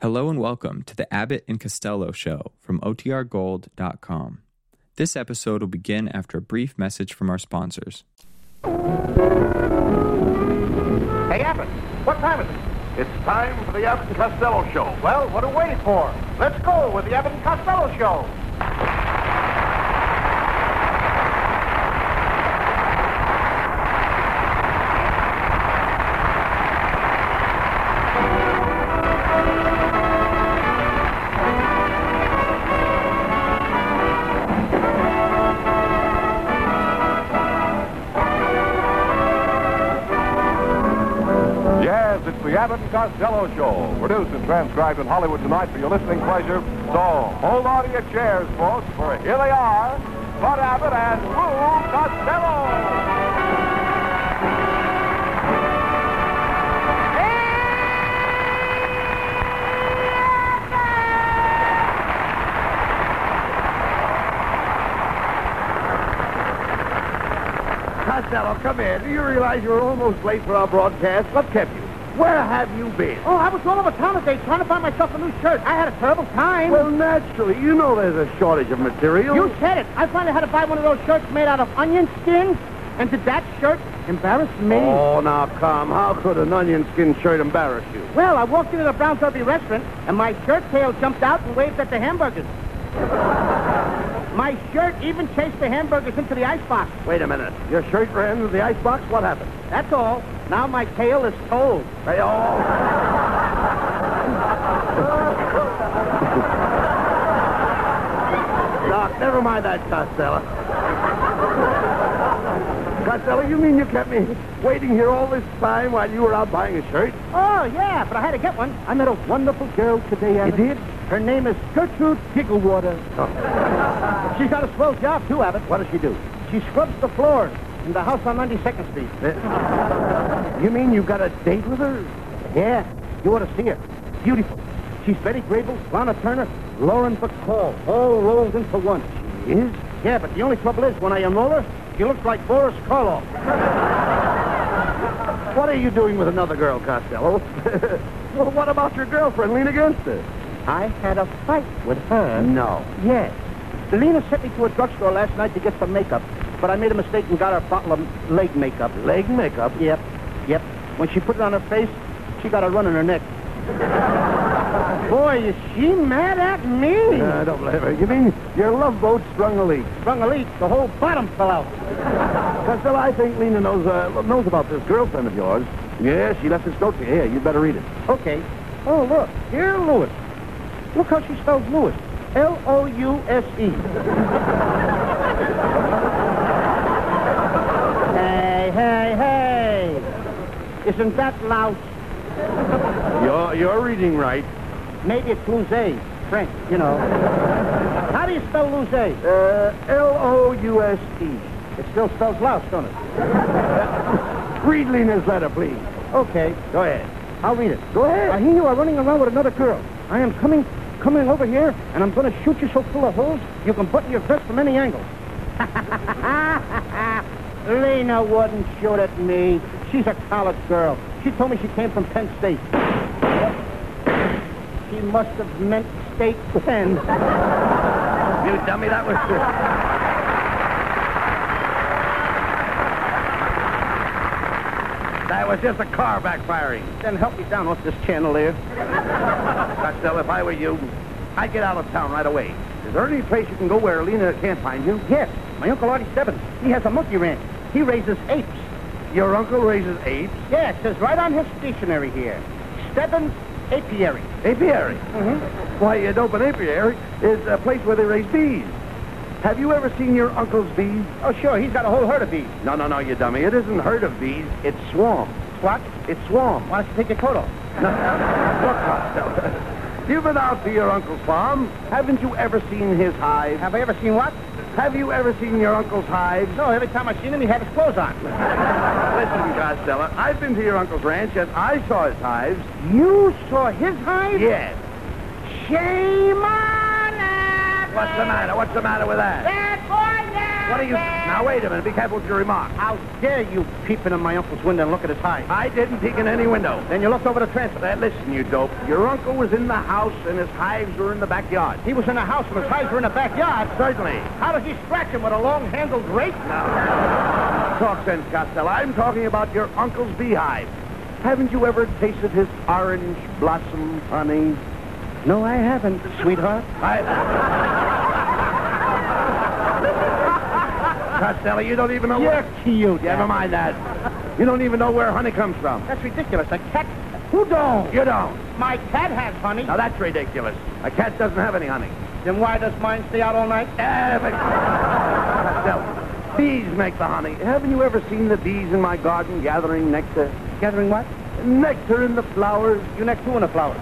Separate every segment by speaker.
Speaker 1: Hello and welcome to the Abbott and Costello Show from OTRGold.com. This episode will begin after a brief message from our sponsors.
Speaker 2: Hey, Abbott, what time is it? It's time for the Abbott and Costello Show. Well, what are we waiting for? Let's go with the Abbott and Costello Show. Yes, it's the Abbott and Costello Show, produced and transcribed in Hollywood tonight for your listening pleasure. So hold on to your chairs, folks, for here they are, Bud Abbott and Lou Costello.
Speaker 3: Costello, come in. Do you realize you were almost late for our broadcast? What kept you? Where have you been?
Speaker 4: Oh, I was all over town today trying to find myself a new shirt. I had a terrible time.
Speaker 3: Well, naturally. You know there's a shortage of material.
Speaker 4: you said it. I finally had to buy one of those shirts made out of onion skin. And did that shirt embarrass me?
Speaker 3: Oh, now, come. How could an onion skin shirt embarrass you?
Speaker 4: Well, I walked into the Brown Derby restaurant, and my shirt tail jumped out and waved at the hamburgers. my shirt even chased the hamburgers into the icebox.
Speaker 3: Wait a minute. Your shirt ran into the icebox? What happened?
Speaker 4: That's all. Now my tail is told.
Speaker 3: They all... Doc, never mind that, Costello. Costello, you mean you kept me waiting here all this time while you were out buying a shirt?
Speaker 4: Oh, yeah, but I had to get one. I met a wonderful girl today, Abbott.
Speaker 3: did?
Speaker 4: Her name is Gertrude Gigglewater. She's got a swell job, too, Abbott.
Speaker 3: What does she do?
Speaker 4: She scrubs the floors in the house on 92nd Street.
Speaker 3: Eh. You mean you got a date with her?
Speaker 4: Yeah, you ought to see her. Beautiful. She's Betty Grable, Lana Turner, Lauren Bacall, all rolled into one.
Speaker 3: She is?
Speaker 4: Yeah, but the only trouble is, when I unroll her, she looks like Boris Karloff.
Speaker 3: What are you doing with another girl, Costello? well, what about your girlfriend? Lean against her.
Speaker 4: I had a fight with her.
Speaker 3: No.
Speaker 4: Yes. Lena sent me to a drugstore last night to get some makeup, but I made a mistake and got her a bottle of leg makeup.
Speaker 3: Leg makeup?
Speaker 4: Yep, yep. When she put it on her face, she got a run in her neck. Boy, is she mad at me?
Speaker 3: No, Uh, I don't believe her. You mean your love boat sprung a leak?
Speaker 4: Sprung a leak, the whole bottom fell out.
Speaker 3: Costello, I think Lena knows uh, knows about this girlfriend of yours. Yeah, she left this note to you. Here, you'd better read it.
Speaker 4: Okay. Oh, look. Dear Lewis. Look how she spells Lewis. L-O-U-S-E. hey, hey, hey. Isn't that loud?
Speaker 3: You're, you're reading right.
Speaker 4: Maybe it's Louise. French, you know. How do you spell Louise?
Speaker 3: Uh, L-O-U-S-E.
Speaker 4: It still spells louse, don't it?
Speaker 3: Read Lena's letter, please.
Speaker 4: Okay.
Speaker 3: Go ahead.
Speaker 4: I'll read it.
Speaker 3: Go ahead.
Speaker 4: I hear you are running around with another girl. I am coming, coming over here, and I'm going to shoot you so full of holes you can button your vest from any angle. Lena wouldn't shoot at me. She's a college girl. She told me she came from Penn State. She must have meant State Penn.
Speaker 3: You dummy, that was. that was just a car backfiring.
Speaker 4: then help me down off this channel there.
Speaker 3: Costello, if I were you, I'd get out of town right away. Is there any place you can go where Lena can't find you?
Speaker 4: Yes, my Uncle Artie Stebbins. He has a monkey ranch. He raises apes.
Speaker 3: Your uncle raises apes.
Speaker 4: Yeah, it says right on his stationery here. Stebbins Apiary. Mm-hmm.
Speaker 3: Apiary. Why, an open apiary is a place where they raise bees. Have you ever seen your uncle's bees?
Speaker 4: Oh, sure, he's got a whole herd of bees.
Speaker 3: No, no, no, you dummy. It isn't herd of bees. It's swarm.
Speaker 4: What?
Speaker 3: It's swarm.
Speaker 4: Why don't you take your coat off?
Speaker 3: Look, Costello. You've been out to your uncle's farm. Haven't you ever seen his hive?
Speaker 4: Have I ever seen what?
Speaker 3: Have you ever seen your uncle's hives?
Speaker 4: No, every time I've seen him, he had his clothes on.
Speaker 3: Listen, Costello, I've been to your uncle's ranch and I saw his hives.
Speaker 4: You saw his hive?
Speaker 3: Yes.
Speaker 4: Shame on us!
Speaker 3: What's the matter? What's the matter with that?
Speaker 5: They're going down.
Speaker 3: What are you...
Speaker 5: there.
Speaker 3: Now, wait a minute. Be careful with your remarks.
Speaker 4: How dare you peep in my uncle's window and look at his hide?
Speaker 3: I didn't peek in any window.
Speaker 4: Then you looked over the transom.
Speaker 3: Now, listen, you dope. Your uncle was in the house and his hives were in the backyard.
Speaker 4: He was in the house and his hides were in the backyard.
Speaker 3: Certainly.
Speaker 4: How does he scratch him with a long-handled rake?
Speaker 3: Talk sense, Costello. I'm talking about your uncle's beehive. Haven't you ever tasted his orange blossom honey?
Speaker 4: No, I haven't, sweetheart.
Speaker 3: I... Costello, you don't even know
Speaker 4: You're
Speaker 3: where...
Speaker 4: cute.
Speaker 3: Never mind that. You don't even know where honey comes from.
Speaker 4: That's ridiculous. A cat? Who don't?
Speaker 3: You don't.
Speaker 4: My cat has honey.
Speaker 3: Now, that's ridiculous. A cat doesn't have any honey.
Speaker 4: Then why does mine stay out all night?
Speaker 3: Eh, but- Costello, bees make the honey. Haven't you ever seen the bees in my garden gathering nectar?
Speaker 4: Gathering what?
Speaker 3: Nectar in the flowers.
Speaker 4: You neck two in the flowers.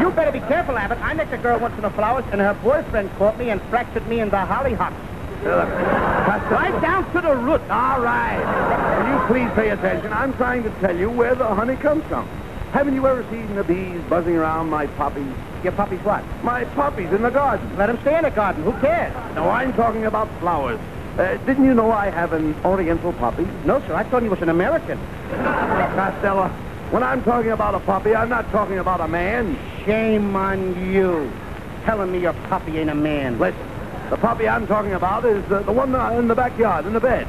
Speaker 4: you better be careful, Abbott. I necked a girl once in the flowers, and her boyfriend caught me and fractured me in the hollyhocks.
Speaker 3: Right
Speaker 4: Down to the root.
Speaker 3: All right. Will you please pay attention? I'm trying to tell you where the honey comes from. Haven't you ever seen the bees buzzing around my poppies?
Speaker 4: Your puppy's what?
Speaker 3: My poppies in the garden.
Speaker 4: Let him stay in the garden. Who cares?
Speaker 3: No, I'm talking about flowers. Uh, didn't you know I have an oriental poppy?
Speaker 4: No, sir. I thought he was an American.
Speaker 3: Costello, when I'm talking about a poppy, I'm not talking about a man.
Speaker 4: Shame on you. Telling me your puppy ain't a man.
Speaker 3: Listen, the poppy I'm talking about is uh, the one uh, in the backyard, in the bed.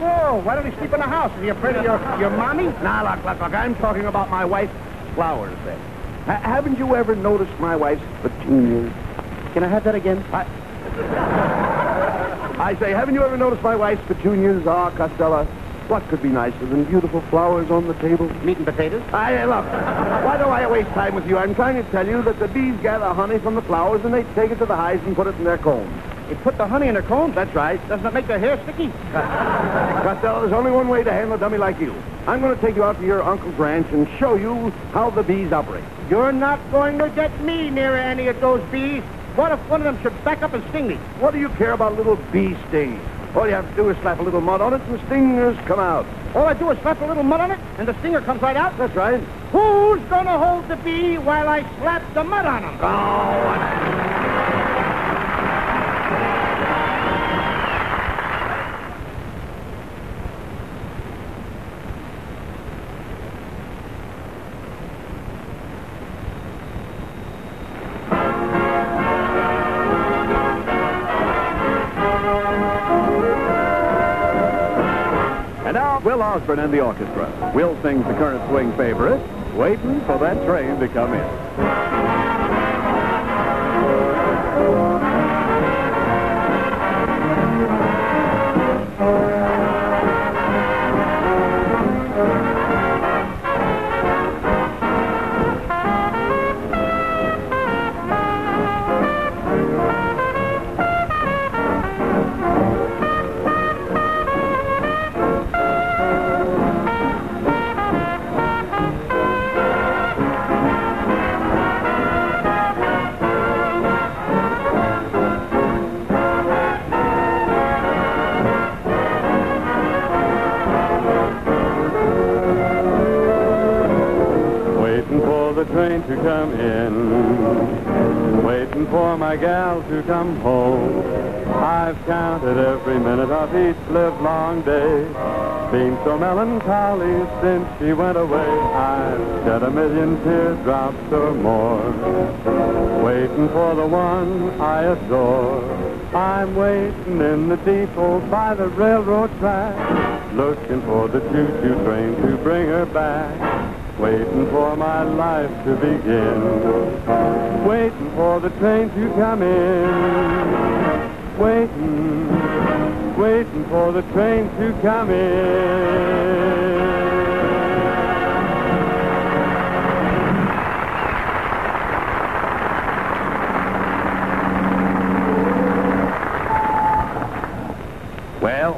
Speaker 4: Whoa, Oh, why don't he sleep in the house? Is he afraid of your, your mommy?
Speaker 3: Now, look, look, look, I'm talking about my wife's flowers, then. Ha- haven't you ever noticed my wife's petunias?
Speaker 4: Can I have that again?
Speaker 3: I... I say, haven't you ever noticed my wife's petunias? Ah, Costello, what could be nicer than beautiful flowers on the table?
Speaker 4: Meat and potatoes?
Speaker 3: I uh, look. Why do I waste time with you? I'm trying to tell you that the bees gather honey from the flowers and they take it to the hives and put it in their combs.
Speaker 4: They put the honey in their combs. That's right. Doesn't it make their hair sticky?
Speaker 3: Costello, there's only one way to handle a dummy like you. I'm going to take you out to your uncle's ranch and show you how the bees operate.
Speaker 4: You're not going to get me near any of those bees. What if one of them should back up and sting me?
Speaker 3: What do you care about little bee stings? All you have to do is slap a little mud on it and the stingers come out. Oh,
Speaker 4: All I do is slap a little mud on it, and the stinger comes right out.
Speaker 3: That's right.
Speaker 4: Who's going to hold the bee while I slap the mud on him?
Speaker 2: And now, Will Osborne and the orchestra. Will sings the current swing favorite, Waiting for That Train to Come In. Waiting for the train to come in. Waiting for my gal to come home. I've counted every minute of each livelong day. Been so melancholy since she went away. I've shed a million teardrops or more. Waiting for the one I adore. I'm waiting in the depot by the railroad track. Looking for the choo-choo train to bring her back. Waiting for my life to begin. Waiting for the train to come in. Waiting, waiting for the train to come in.
Speaker 3: Well,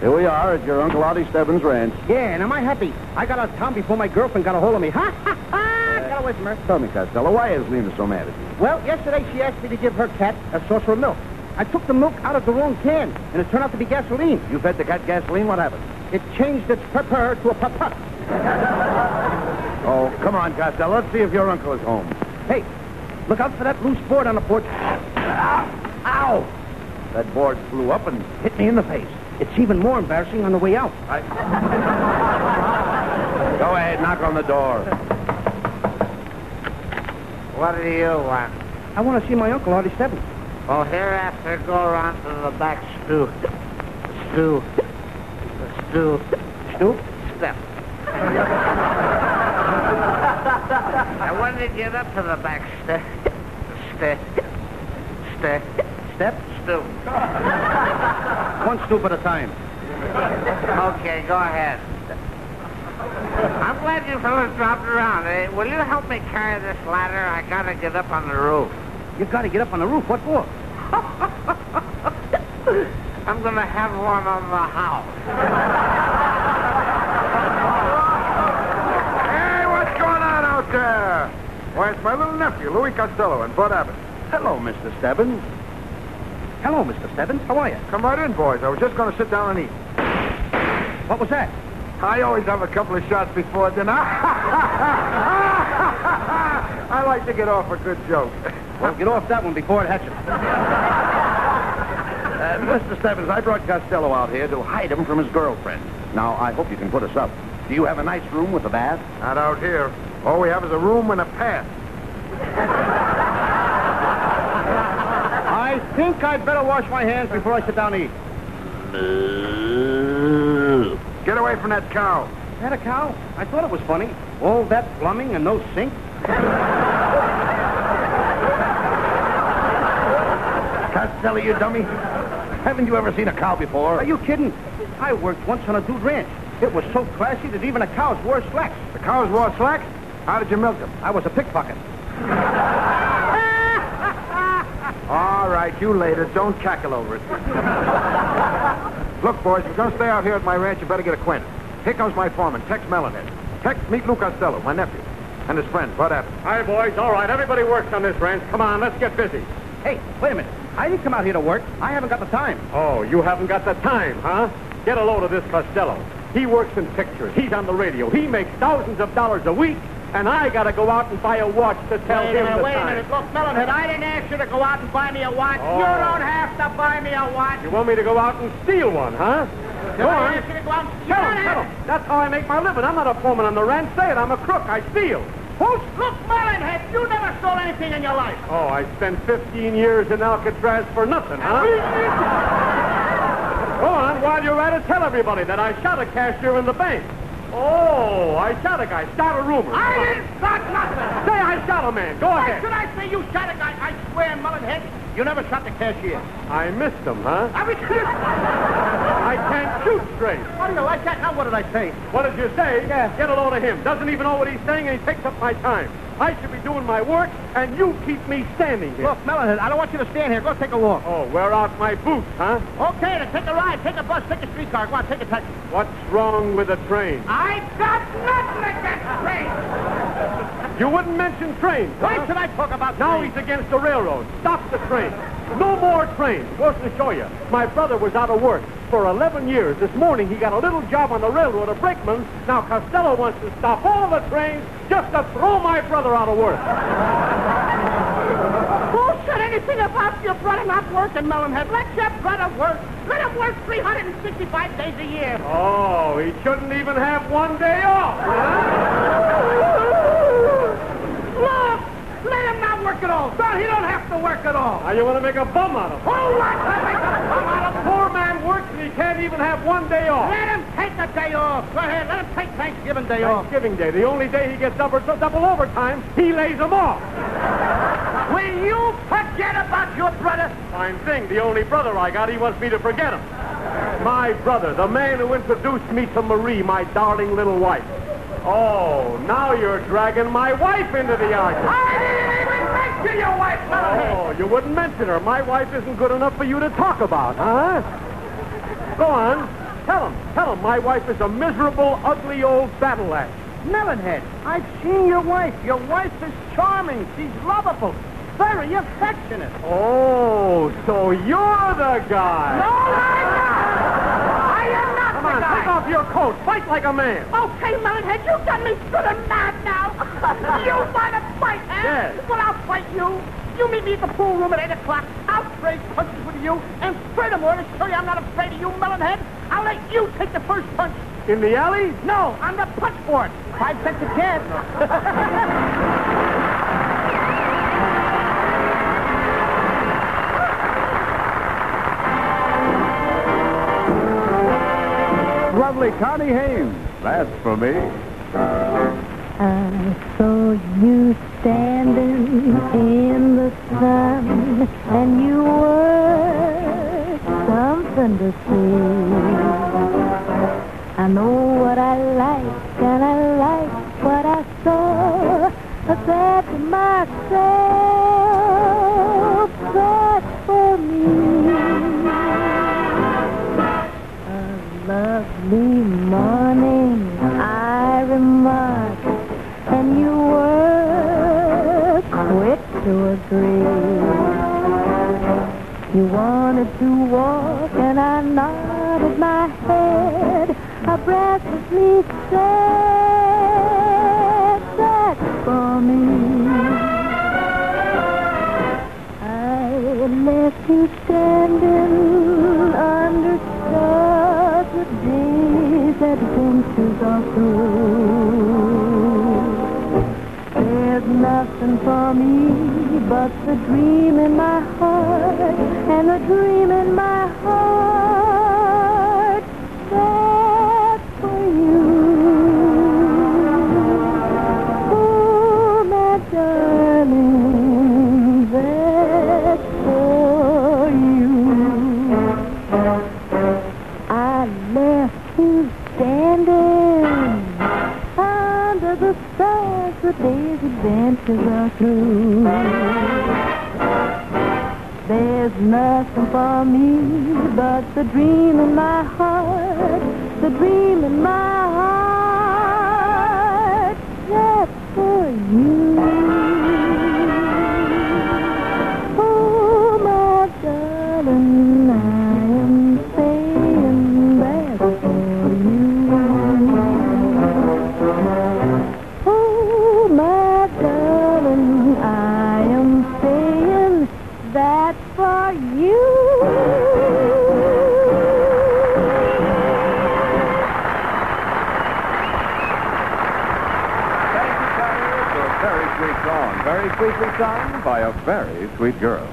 Speaker 3: here we are at your Uncle Oddie Stebbins ranch.
Speaker 4: Yeah, and am I happy? I got out of town before my girlfriend got a hold of me. Ha, ha, ha! Got away from her.
Speaker 3: Tell me, Costello, why is Lena so mad at you?
Speaker 4: Well, yesterday she asked me to give her cat a saucer of milk. I took the milk out of the wrong can, and it turned out to be gasoline.
Speaker 3: You fed the cat gasoline? What happened?
Speaker 4: It changed its pepper to a pup.
Speaker 3: Oh, come on, Costello. Let's see if your uncle is home.
Speaker 4: Hey, look out for that loose board on the porch.
Speaker 6: Ow! That board flew up and
Speaker 7: Hit me in the face. It's even more embarrassing on the way out.
Speaker 6: Go ahead, knock on the door.
Speaker 4: What do you want?
Speaker 7: I want to see my uncle, Artie Stebbins.
Speaker 4: Well, hereafter, go around to the back stew. Stew. The stew.
Speaker 7: Stu?
Speaker 4: Step. I wanted to get up to the back step. Step. Step. Step? Stew.
Speaker 7: One stoop at a time.
Speaker 4: Okay, go ahead. I'm glad you fellas dropped around. Eh? Will you help me carry this ladder? I gotta get up on the roof.
Speaker 7: You got to get up on the roof. What for?
Speaker 4: I'm gonna have one on the house.
Speaker 3: Hey, what's going on out there? Why, it's my little nephew, Louis Costello, and Bud Abbott.
Speaker 6: Hello, Mr. Stebbins.
Speaker 7: Hello, Mr. Stebbins. How are you?
Speaker 3: Come right in, boys. I was just going to sit down and eat.
Speaker 7: What was that?
Speaker 3: I always have a couple of shots before dinner. I like to get off a good joke.
Speaker 7: Well, get off that one before it hatches.
Speaker 6: Uh, Mr. Stebbins, I brought Costello out here to hide him from his girlfriend. Now, I hope you can put us up. Do you have a nice room with a bath?
Speaker 3: Not out here. All we have is a room and a pass.
Speaker 7: I think I'd better wash my hands before I sit down and eat.
Speaker 3: Get away from that cow.
Speaker 7: Is that a cow? I thought it was funny. All that plumbing and no sink.
Speaker 6: Costello, you dummy. Haven't you ever seen a cow before?
Speaker 7: Are you kidding? I worked once on a dude ranch. It was so classy that even the cows wore slacks.
Speaker 3: The cows wore slacks? How did you milk them?
Speaker 7: I was a pickpocket.
Speaker 3: All right, you ladies, don't cackle over it. Look, boys, if you're going to stay out here at my ranch, you better get acquainted. Here comes my foreman, Tex Melonhead. Tex, meet Lou Costello, my nephew, and his friend, Bud Abbott.
Speaker 8: All right, boys. All right, everybody works on this ranch. Come on, let's get busy.
Speaker 7: Hey, wait a minute. I didn't come out here to work. I haven't got the time.
Speaker 8: Oh, you haven't got the time, huh? Get a load of this Costello. He works in pictures. He's on the radio. He makes thousands of dollars a week, and I got to go out and buy a watch to tell
Speaker 4: Wait a
Speaker 8: him
Speaker 4: minute,
Speaker 8: the
Speaker 4: wait
Speaker 8: time.
Speaker 4: a minute. Look, Melonhead, I didn't ask you to go out and buy me a watch.
Speaker 8: Oh.
Speaker 4: You don't have to buy me a watch.
Speaker 8: You want me to go out and steal one, huh? Go
Speaker 4: I
Speaker 8: on.
Speaker 4: asked you to go out and
Speaker 8: Tell
Speaker 4: Shut
Speaker 8: him, tell him. That's how I make my living. I'm not a foreman on the ranch. Say it. I'm a crook. I steal.
Speaker 4: Who's Look, Melonhead, you never stole anything in your life.
Speaker 8: Oh, I spent 15 years in Alcatraz for nothing, huh? Go on, while you're at it, tell everybody that I shot a cashier in the bank. Oh, I shot a guy. Start a rumor.
Speaker 4: I
Speaker 8: Come on.
Speaker 4: didn't start nothing.
Speaker 8: Say I shot a man. Go
Speaker 4: Why
Speaker 8: ahead.
Speaker 4: should I say you shot a guy? I swear, Melonhead, you never shot the cashier.
Speaker 8: I missed him, huh?
Speaker 4: I was
Speaker 8: I can't shoot straight.
Speaker 7: How do you like that? Now, what did I say?
Speaker 8: What did you say? Get a load of him. Doesn't even know what he's saying, and he takes up my time. I should be doing my work, and you keep me standing here.
Speaker 7: Look, Melonhead, I don't want you to stand here. Go take a walk.
Speaker 8: Oh, wear out my boots, huh?
Speaker 4: Okay, then take a ride, take a bus, take a streetcar. Go on, take a taxi.
Speaker 8: What's wrong with a train?
Speaker 4: I got nothing against trains.
Speaker 8: You wouldn't mention trains.
Speaker 4: Why
Speaker 8: huh?
Speaker 4: should I talk about
Speaker 8: Now
Speaker 4: trains?
Speaker 8: he's against the railroad. Stop the train. No more trains. Goes to show you. My brother was out of work for 11 years. This morning he got a little job on the railroad, a brakeman. Now Costello wants to stop all the trains just to throw my brother out of work.
Speaker 4: Who said anything about your brother not working, Melonhead? Let your brother work. Let him work 365 days a year.
Speaker 8: Oh, he shouldn't even have one day off. huh?
Speaker 4: Look, let him not work at all. Son, he don't have to work at all.
Speaker 8: Now you want to make a bum out of him.
Speaker 4: Whole lot to make a bum out of him.
Speaker 8: Poor man works and he can't even have one day off.
Speaker 4: Let him take the day off. Go ahead, let him take Thanksgiving day off.
Speaker 8: Thanksgiving Day, the only day he gets double, double overtime, he lays him off.
Speaker 4: Will you forget about your brother?
Speaker 8: Fine thing. The only brother I got, he wants me to forget him. My brother, the man who introduced me to Marie, my darling little wife. Oh, now you're dragging my wife into the argument.
Speaker 4: I didn't even mention your wife, Melonhead.
Speaker 8: Oh, you wouldn't mention her. My wife isn't good enough for you to talk about, huh? Go on. Tell him. Tell him my wife is a miserable, ugly old battle axe.
Speaker 7: Melonhead, I've seen your wife. Your wife is charming. She's lovable, very affectionate.
Speaker 8: Oh, so you're the
Speaker 9: Oh,
Speaker 8: guy.
Speaker 4: No, I'm not. I am not
Speaker 8: Come
Speaker 4: the
Speaker 8: on,
Speaker 4: guy.
Speaker 8: take off your coat. Fight like a man.
Speaker 4: Okay, Melonhead, you've done me good and mad now. you want to fight, eh?
Speaker 8: Yes.
Speaker 4: Well, I'll
Speaker 9: fight you? You meet me at the pool room at 8 o'clock. I'll trade punches with you. And furthermore, to show you I'm not afraid of you, melonhead, I'll let you take the first punch.
Speaker 8: In the alley?
Speaker 9: No, I'm the punch board. Five cents a can.
Speaker 2: Lovely Connie Hames. That's for me.
Speaker 10: I saw you standing in the sun, and you were something to see. I know what I like, and I like what I saw. I said to myself, that's for me. A lovely morning, I remarked, and you were quick to agree. You wanted to walk, and I nodded my head. I breathlessly said, "That's for me." I left you standing under stars the days adventures are through. There's nothing for me but the dream in my heart and the dream in my heart. That's for you. Oh, my darling, that's for you. I left you standing under the stars. The day's adventures are through. There's nothing for me but the dream in my heart, the dream in my heart. That's for you. Oh, my darling, I am saying that's for you. Oh, my darling, I am saying that for you.
Speaker 2: Thank you, Connie. It's a very sweet song. Very sweetly sung by a very sweet girl.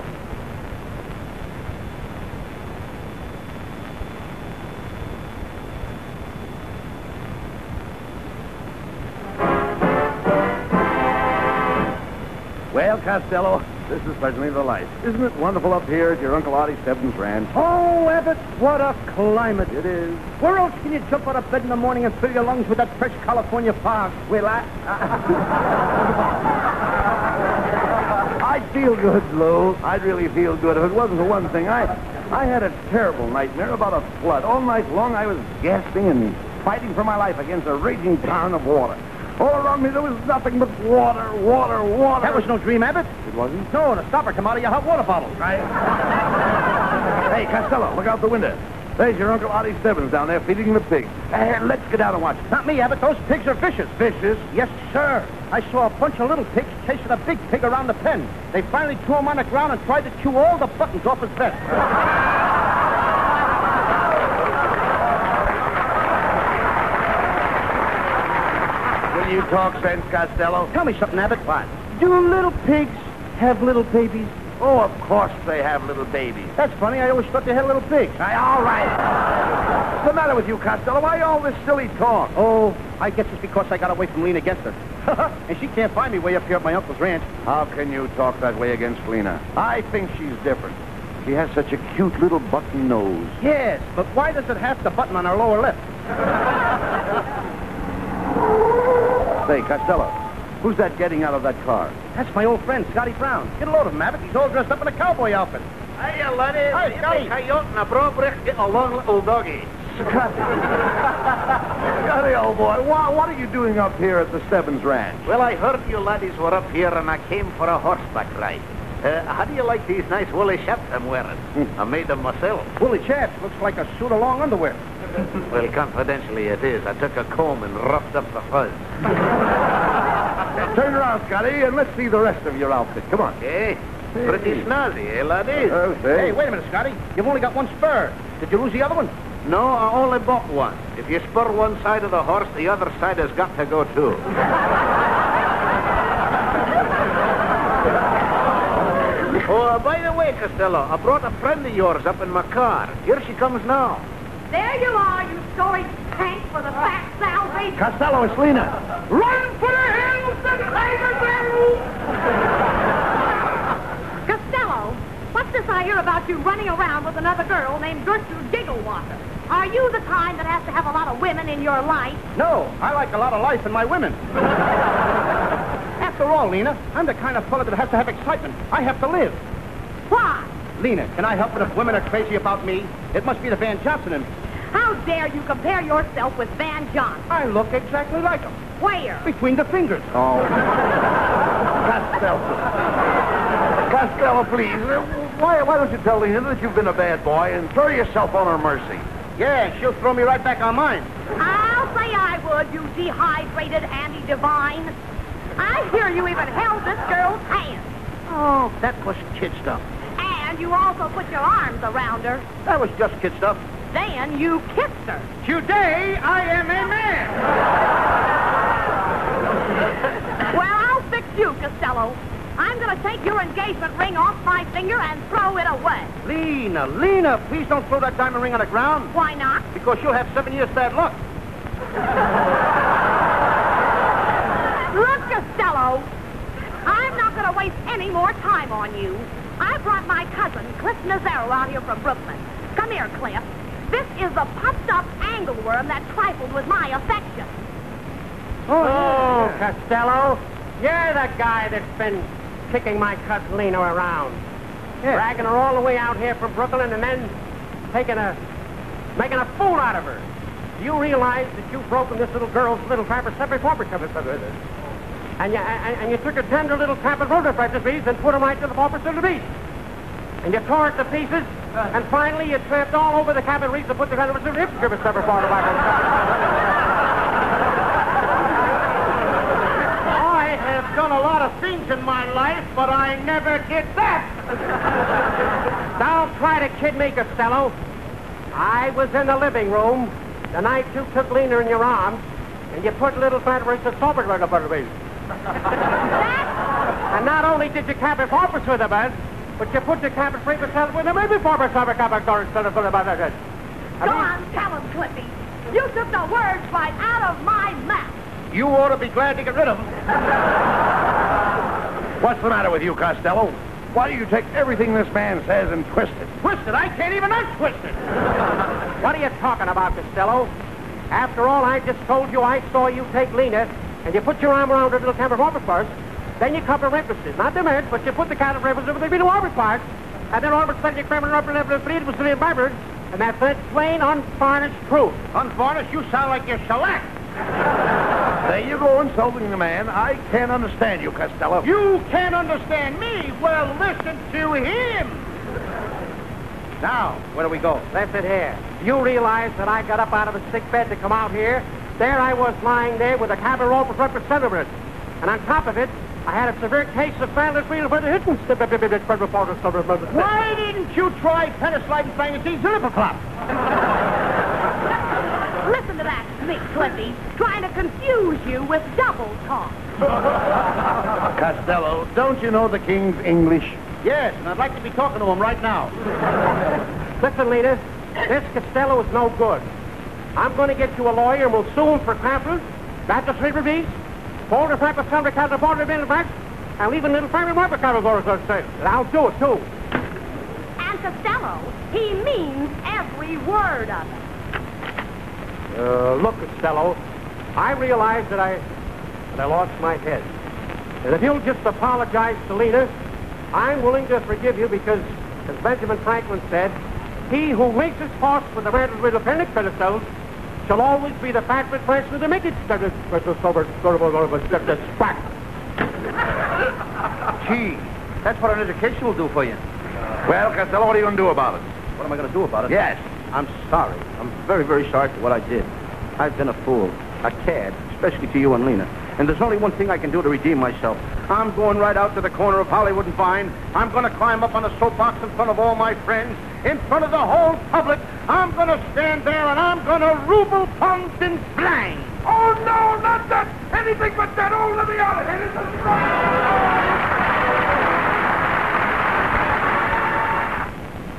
Speaker 3: Well, Costello, this is certainly the life. Isn't it wonderful up here at your Uncle Artie Stebbins Ranch?
Speaker 4: Oh, Abbott, what a climate it is. Where else can you jump out of bed in the morning and fill your lungs with that fresh California fog? Well, I...
Speaker 3: I'd feel good, Lou. I'd really feel good if it wasn't for one thing. I, I had a terrible nightmare about a flood. All night long, I was gasping and fighting for my life against a raging torrent of water. All around me, there was nothing but water, water, water.
Speaker 4: That was no dream, Abbott.
Speaker 3: It wasn't.
Speaker 4: No, and a stopper come out of your hot water bottle.
Speaker 3: Hey, Costello, look out the window. There's your Uncle Artie Stebbins down there feeding the pigs. Hey, let's get out and watch.
Speaker 4: Not me, Abbott. Those pigs are vicious.
Speaker 3: Fishes.
Speaker 4: Yes, sir. I saw a bunch of little pigs chasing a big pig around the pen. They finally threw him on the ground and tried to chew all the buttons off his vest.
Speaker 3: Will you talk sense, Costello?
Speaker 4: Tell me something, Abbott. What? Do little pigs have little babies?
Speaker 3: Oh, of course they have little babies.
Speaker 4: That's funny. I always thought they had little pigs.
Speaker 3: Hey, all right. What's the matter with you, Costello? Why all this silly talk?
Speaker 4: Oh, I guess it's because I got away from Lena Gessler. and she can't find me way up here at my uncle's ranch.
Speaker 3: How can you talk that way against Lena? I think she's different. She has such a cute little button nose.
Speaker 4: Yes, but why does it have the button on her lower lip?
Speaker 3: Say, Costello, who's that getting out of that car?
Speaker 4: That's my old friend, Scotty Brown. Get a load of him, Abbott. He's all dressed up in a cowboy outfit.
Speaker 5: Hiya, laddie.
Speaker 4: Hey, Scotty.
Speaker 5: Coyote and a brobrick get along, little doggy.
Speaker 3: Scotty, old boy, why, what are you doing up here at the Stebbins Ranch?
Speaker 5: Well, I heard you laddies were up here, and I came for a horseback ride. Uh, how do you like these nice woolly chaps I'm wearing? I made them myself.
Speaker 4: Woolly chaps. Looks like a suit of long underwear.
Speaker 5: Well, confidentially, it is. I took a comb and roughed up the fuzz.
Speaker 3: Turn around, Scotty, and let's see the rest of your outfit. Come on.
Speaker 5: Hey, Eh? pretty snazzy, eh, laddies?
Speaker 3: Oh, say.
Speaker 4: Hey, wait a minute, Scotty. You've only got one spur. Did you lose the other one?
Speaker 5: No, I only bought one. If you spur one side of the horse, the other side has got to go too. oh, uh, by the way, Costello, I brought a friend of yours up in my car. Here she comes now.
Speaker 11: There you are, you sorry tank for the fat salvation.
Speaker 3: Costello, it's Lena.
Speaker 9: Run for the hills and claim the ground.
Speaker 11: Costello, what's this I hear about you running around with another girl named Gertrude Gigglewater? Are you the kind that has to have a lot of women in your life?
Speaker 4: No, I like a lot of life in my women. After all, Lena, I'm the kind of fella that has to have excitement. I have to live.
Speaker 11: Why?
Speaker 4: Lena, can I help it if women are crazy about me? It must be the Van Johnson in me.
Speaker 11: How dare you compare yourself with Van John?
Speaker 4: I look exactly like him,
Speaker 11: Where?
Speaker 4: between the fingers.
Speaker 3: Oh. Costello, please. uh, Why, why don't you tell Lena that you've been a bad boy and throw yourself on her mercy?
Speaker 4: Yeah, she'll throw me right back on mine.
Speaker 11: I'll say I would, you dehydrated Andy Devine. I hear you even held this girl's hand.
Speaker 5: Oh, that was kid stuff.
Speaker 11: And you also put your arms around her.
Speaker 5: That was just kid stuff.
Speaker 11: Then you kissed her.
Speaker 4: Today, I am a man.
Speaker 11: Well, I'll fix you, Costello. I'm going to take your engagement ring off my finger and throw it away.
Speaker 4: Lena, Lena, please don't throw that diamond ring on the ground
Speaker 11: Why not?
Speaker 4: because she'll have seven years bad luck.
Speaker 11: Look, Costello, I'm not going to waste any more time on you. I brought my cousin, Cliff Nazaro, out here from Brooklyn. Come here, Cliff. This is the puffed-up angleworm that trifled with my affection.
Speaker 8: Oh, Costello, you're the guy that's been kicking my cousin Lena around. Dragging her all the way out here from Brooklyn and then taking a, making a fool out of her. Do you realize that you've broken this little girl's little fabric separate fabric separate separate- and you, and, and you took her tender little cap and rotor piece and put her right to the pauper to the beach. And you tore it to pieces, and finally you tramped all over the cabin reefs and put the kind of a hip separate part back on top. I have done a lot of things in my life, but I never did that. Don't try to kid me, Costello. I was in the living room the night you took Lena in your arms, and you put little batteries of sober burger batteries. and not only did you cap it porpoise with a bus, but you put the cap and free yourself with a maybe porpoise over cap and door instead of for the butter. I
Speaker 11: Go
Speaker 8: mean-
Speaker 11: on, tell him, Cliffy. You took the words right out of my mouth.
Speaker 4: You ought to be glad to get rid of him.
Speaker 3: What's the matter with you, Costello? Why do you take everything this man says and twist it?
Speaker 4: Twisted. I can't even untwist it. what are you talking about, Costello? After all, I just told you I saw you take Lena, and you put your arm around her little camper orbit parts. Then you cover references, not the men, but you put the kind of references over the little orbit parts, and then orbit sent your camera up and up and it was the vibrant, and that's it, plain, unvarnished truth. Unvarnished? You sound like you're shellac.
Speaker 3: There you go, insulting the man. I can't understand you, Costello.
Speaker 4: You can't understand me. Well, listen to him. Now, where do we go? Listen here. You realize that I got up out of a sick bed to come out here? There I was lying there with a cabin roll for representative. And on top of it, I had a severe case of family freedom for the hidden Why didn't you try tennis light and fantasy zillipoplop?
Speaker 11: Listen to that, Mick Cliffy, trying to confuse you with double talk.
Speaker 3: Costello, don't you know the king's English?
Speaker 4: Yes, and I'd like to be talking to him right now. Listen, Lena, this Costello is no good. I'm going to get you a lawyer and we'll sue him for Crampton, Baptist River Beach, Boulder Flapper Summer County, Boulder Bend Bank, and even little Farmer Marper County, Boulder County State. And I'll do it, too.
Speaker 11: And Costello, he means every word of it.
Speaker 4: Uh, look, Costello, I realize that I, that I lost my head. And if you'll just apologize to Lena, I'm willing to forgive you because, as Benjamin Franklin said, he who makes his horse with the red with the penny pedestals shall always be the fat with fresh with the mickey spack.
Speaker 3: Gee, that's what an education will do for you. Well, Costello, what are you going to do about it?
Speaker 4: What am I going to do about it?
Speaker 3: Yes.
Speaker 4: I'm sorry. I'm very, very sorry for what I did. I've been a fool, a cad, especially to you and Lena.
Speaker 5: And there's only one thing I can do to redeem myself. I'm going right out to the corner of Hollywood and Vine. I'm going to climb up on a soapbox in front of all my friends, in front of the whole public. I'm going to stand there and I'm going to ruble pumps and blind.
Speaker 4: Oh, no, not that! Anything but that! Oh, let me out of here! This is...